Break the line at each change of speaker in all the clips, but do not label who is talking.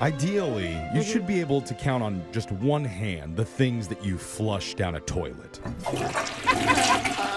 Ideally, you
Mm-hmm.
should be able to count on just one hand the things that you flush down a toilet.
Yeah?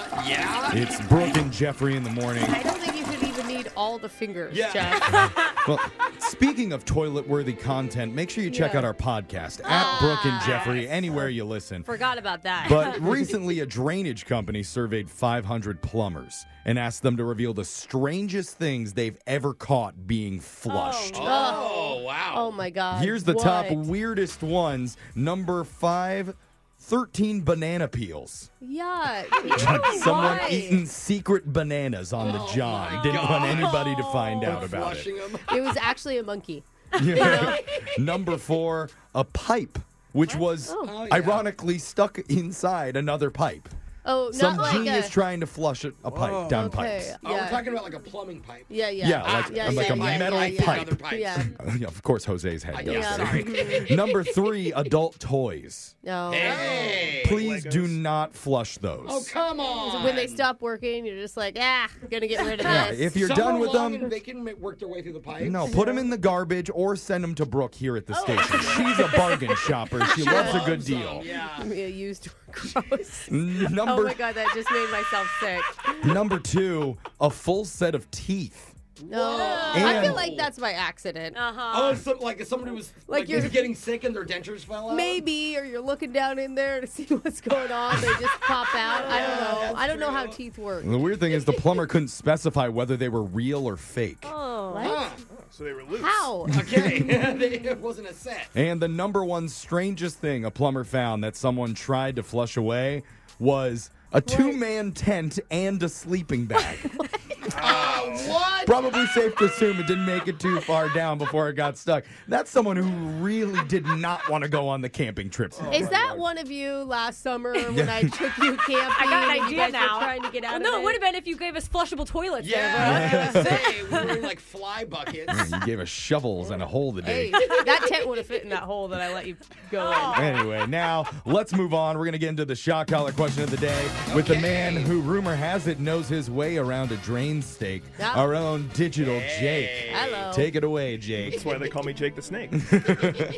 It's Brooke and Jeffrey in the morning.
I don't think you should even need all the fingers,
Yeah.
Jeff.
Well, speaking of toilet worthy content, make sure you check
Yeah. Ah.
out our podcast at Brooke and Jeffrey, anywhere you listen.
Forgot about that.
But recently, a drainage company surveyed 500 plumbers and asked them to reveal the strangest things they've ever caught being flushed.
Oh, wow.
Oh my God.
Here's the
what?
top weirdest ones. Number five, 13 banana peels.
Yeah. Oh
Someone
why?
eating secret bananas on
Oh
the john. Didn't want anybody to find out about it.
Flushing them.
It was actually a monkey.
Yeah. Number four, a pipe, which was
Oh, yeah.
ironically stuck inside another pipe.
Oh,
Some
not like
genius
a,
trying to flush a, a
Whoa.
pipe down
Okay.
pipes.
Oh,
Yeah.
we're talking about like a plumbing pipe.
Yeah, yeah.
Yeah, like-
yeah,
like
yeah,
a
yeah,
metal
yeah, yeah.
pipe.
Yeah.
Yeah, of course, Jose's head goes
Yeah.
there.
Sorry.
Number three, adult toys.
No.
Hey,
Please do
Legos.
not flush those.
Oh, come on.
When they stop working, you're just like, ah, gonna get rid of
Yeah,
this.
if you're
Some
done
are
with
long
them,
and They can ma- work their way through the pipe.
no, put them in the garbage or send them to Brooke here at the station. She's a bargain shopper. She loves a good
Loves 'em,
deal.
Yeah.
Yeah, used or gross.
N-
oh
Number
my god, that just made myself sick.
number two, a full set of teeth.
No. I
And-
feel like that's by accident.
Uh huh.
Oh, so, like if somebody was like,
you're-
maybe getting sick and their dentures fell out.
Maybe, or you're looking down in there to see what's going on. They just pop out. I don't know.
that's
I don't know how
true.
teeth work.
And the weird thing is, the plumber couldn't specify whether they were real or fake.
Oh.
Huh.
So they were loose.
How?
Okay. They- it wasn't a set.
And the number one strangest thing a plumber found that someone tried to flush away was a two man tent and a sleeping bag.
Oh, what?
Probably safe to assume it didn't make it too far down before it got stuck. That's someone who really did not want to go on the camping trips.
Is that one of you last summer when I took you camping?
I got an
and you
idea
guys were
now.
trying to get out
Well,
of
no, it
it?
would have been if you gave us flushable toilets. There,
Yeah, I was gonna say we were in like fly buckets.
You gave us shovels and a hole today.
Hey, that tent would have
bro.
fit
In
in that.
that hole that I let you go in.
Anyway, now let's move on. We're going to get into the shock collar question of the day with the
Okay.
man who, rumor has it, knows his way around a drain stake,
Yeah.
our own digital Jake.
Hello.
Take it away, Jake.
That's why they call me Jake the Snake.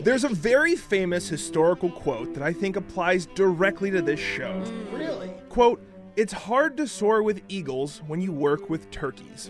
There's a very famous historical quote that I think applies directly to this show.
Really?
Quote, it's hard to soar with eagles when you work with turkeys.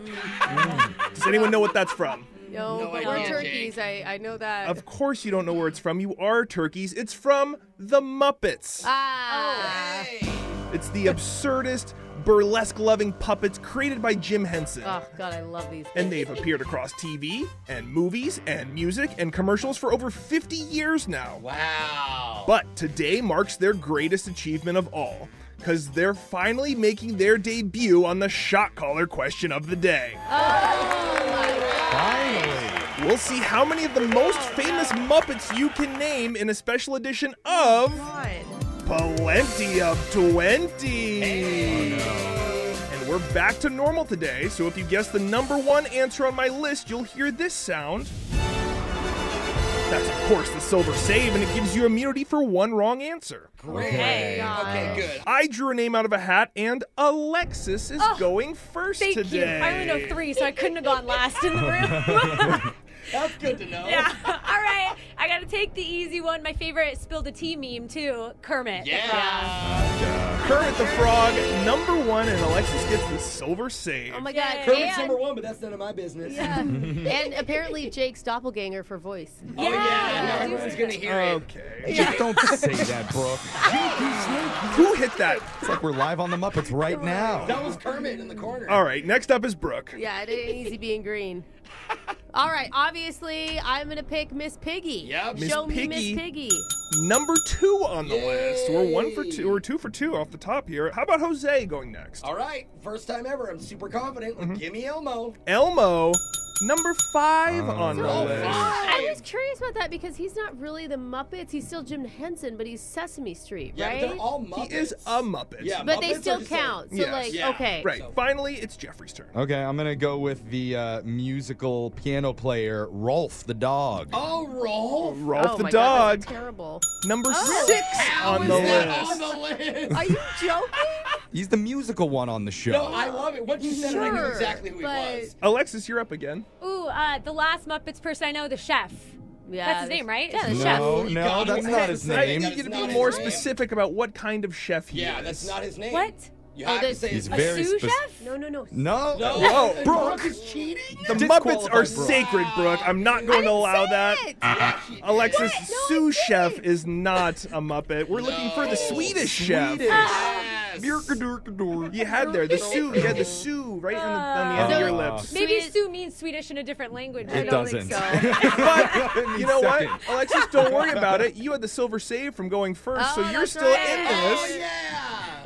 Does anyone know what that's from?
No,
No
but we're
idea,
turkeys. I, I know that.
Of course you don't know where it's from. You are turkeys. It's from The Muppets.
ah.
Hey.
It's the absurdist, burlesque loving puppets created by Jim Henson.
Oh, God, I love these.
and they've appeared across TV and movies and music and commercials for over 50 years now.
Wow.
But today marks their greatest achievement of all, because they're finally making their debut on the shot caller question of the day.
Finally.
We'll see how many of the most famous Muppets you can name in a special edition of Plenty of 20. And we're back to normal today, so if you guess the number one answer on my list, you'll hear this sound. That's, of course, the silver save, and it gives you immunity for one wrong answer.
Great.
Oh,
Okay, good.
I drew a name out of a hat, and Alexis is going first
Thank you.
today.
I only know three, so I couldn't have gone last in the room.
That's good to know.
yeah. All right. I got to take the easy one. My favorite spilled a tea meme, too Kermit. the Frog.
Yeah.
Kermit the Frog, number one, and Alexis gets the silver save.
Oh, my God.
Yay.
Kermit's
And,
number one, but that's none of my business.
and apparently Jake's doppelganger for voice.
Oh, yeah. Now
Yeah.
everyone's going to hear it.
Okay.
Just don't say that, Brooke.
Who hit that?
It's like we're live on the Muppets right now.
That was Kermit in the corner.
All right, next up is Brooke.
Yeah, it ain't easy being green. All right, obviously, I'm going to pick Miss Piggy.
Yep. Miss
Show me
Piggy.
Miss Piggy.
Number two on the list. We're one for
Yay.
two. We're two for two off the top here. How about Jose going next?
All right. First time ever. I'm super confident.
Mm-hmm.
Give me Elmo.
Elmo, number five on the
Oh,
list.
I was curious about that because he's not really the Muppets. He's still Jim Henson, but he's Sesame Street,
Yeah,
right?
but they're all Muppets.
He is a Muppet.
Yeah,
but they
Muppets are
still
just like-
count. so,
Yes.
like,
Yeah.
okay.
Right. Finally, it's Jeffrey's turn.
Okay, I'm going to go with the uh, musical piano player, Rolf the dog.
Oh, roll.
Rolf
oh
the
my God,
dog,
that's terrible.
number six
Oh, How
on
is
the
that
list.
on the list?
Are you joking?
He's the musical one on the show.
No, I love it. Once you said it, I knew
Sure,
exactly who he
but-
was.
Alexis, you're up again.
Ooh, uh, the last Muppets person I know, the chef.
Yeah,
That's his
there's-
name, right?
Yeah, the
No.
chef.
Oh, no, that's not his
I
name.
think
That
you
is
got to
not
be
his
more
name.
specific about what kind of chef he
Yeah,
is.
that's not his name.
What?
You
Oh,
have to
this-
say
He's
his
A
name.
very
sous
spec-
chef?
No, no, no.
No.
No,
Whoa,
Brooke.
Brooke.
is cheating.
The
Disqualified
Muppets are
Brooke.
sacred, Brooke. I'm not
I
going to
didn't
allow
say
that.
it.
Alexis, sous chef is not a Muppet. We're looking for the
No.
Swedish chef.
Yes.
You had there the sous. You had the sous right on the, on the end of your lips.
Maybe
Sweet-
Sue means Swedish in a different language.
I
It
don't think
doesn't.
so.
But you know what,
Second.
Alexis, don't worry about it. You had the silver save from going first, so
Oh,
you're
that's
still
right.
in
Oh
this.
yeah.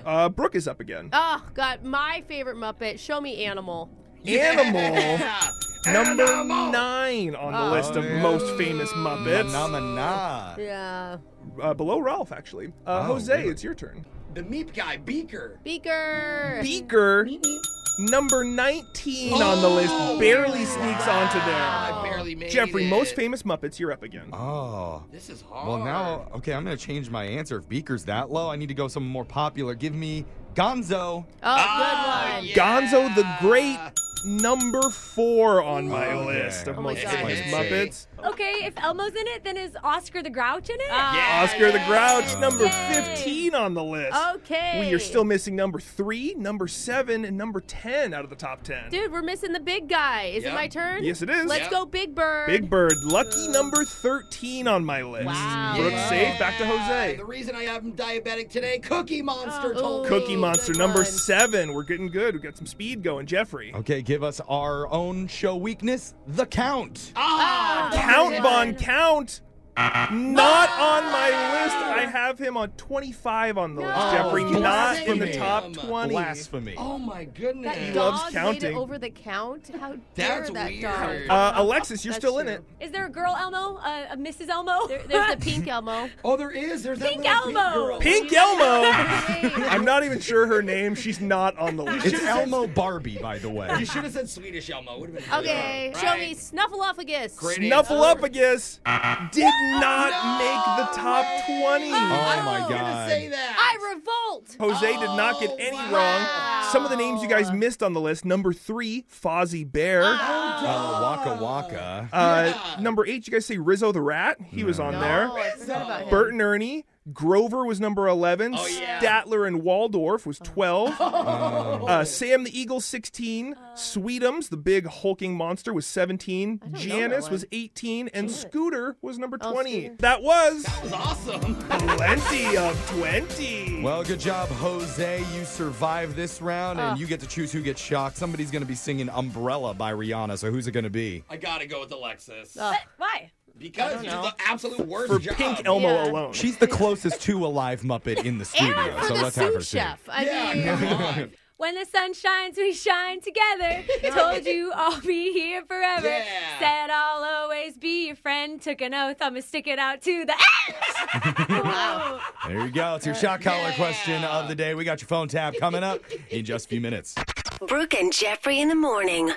Uh, Brooke is up again.
oh God, my favorite Muppet. Show me Animal.
Animal
Yeah.
number
Animal.
nine on the list of
yeah.
most famous Muppets,
Phenomena.
Yeah.
uh, below Ralph actually. Uh,
Oh,
Jose,
weird.
it's your turn.
The meat guy, Beaker.
Beaker.
Beaker,
Meep, meep.
number 19 on the
Oh,
list, barely sneaks onto there.
I barely made
Jeffrey,
it.
most famous Muppets, you're up again.
Oh.
This is hard.
Well, now, okay, I'm going to change my answer. If Beaker's that low, I need to go something more popular. Give me Gonzo.
Oh,
Ah,
good one.
yeah.
Gonzo the Great, number four on my
Okay.
list of
Oh
my
most
God.
famous
Hey.
Muppets.
Okay, if Elmo's in it, then is Oscar the Grouch in it?
Ah,
Oscar the Grouch,
Yay.
number
Yay.
15 on the list.
Okay.
We are still missing number three, number seven, and number 10 out of the top 10.
Dude, we're missing the big guy. Is it
Yeah.
my turn?
Yes, it is.
Let's
Yeah.
go, Big Bird.
Big Bird, lucky number 13 on my list.
Wow.
Brooke
Yeah.
save, back to Jose.
The reason I have him diabetic today, Cookie Monster
Oh.
told me.
Cookie
Ooh,
Monster
good
number
one.
seven. We're getting good. We got some speed going. Jeffrey.
Okay, give us our own show weakness, The Count.
Ah,
Ah.
Count
good
Von
one.
Count. Not on my list. I have him on 25 on the list,
No.
Jeffrey.
Oh,
Not in the
blasphemy.
top 20.
Blasphemy.
oh my goodness.
That
He
dog
loves
made it
counting.
over the count. How dare
That's
that
weird.
dog?
Uh, Alexis, you're
That's
still in
true.
it.
Is there a girl Elmo? A, a Mrs. Elmo?
There- there's the pink Elmo.
oh, there is. There's that
Pink
little
Elmo.
girl.
Pink Elmo.
Hey.
I'm not even sure her name. She's not on the list.
It's Elmo Barbie, by the way.
You should have said Swedish Elmo. Would have been
Okay,
Right.
show me Snuffleupagus.
Great
Snuffleupagus did not make the top 20.
Oh
I
my God.
was gonna say that.
I revolt.
Jose did not get any
Oh,
wrong. Some of the names you guys missed on the list. Number three, Fozzie Bear.
Uh, waka Waka.
Uh,
Yeah.
Number eight, you guys say Rizzo the Rat. He was on
No,
there.
I forgot about him.
Bert and Ernie. Grover was number 11.
Oh, yeah.
Statler and Waldorf
Oh.
was 12. Uh, Sam the Eagle, 16.
Uh.
Sweetums, the big hulking monster, was 17.
know that
Janice
one.
was 18. And Scooter was number
Oh,
20.
Scooter.
that was
That was awesome.
plenty of 20.
Well, good job, Jose. You survived this round,
Ah.
and you get to choose who gets shocked. Somebody's going to be singing Umbrella by Rihanna, so who's it going to be?
I gotta go with Alexis
Uh,
But why?
because you're the absolute worst
for
job.
Pink Elmo
Oh, Yeah.
alone.
She's the closest to a live Muppet in the studio,
Aaron for
so
the
let's have her
sous
sing.
chef. I mean,
Yeah, come on.
When the sun shines, we shine together. Told you I'll be here forever.
Yeah.
Said I'll always be your friend. Took an oath, I'ma stick it out to the end.
There you go.
Uh,
It's your shock collar question of the day. We got your phone tab coming up in just a few minutes.
Brooke and Jeffrey in the morning.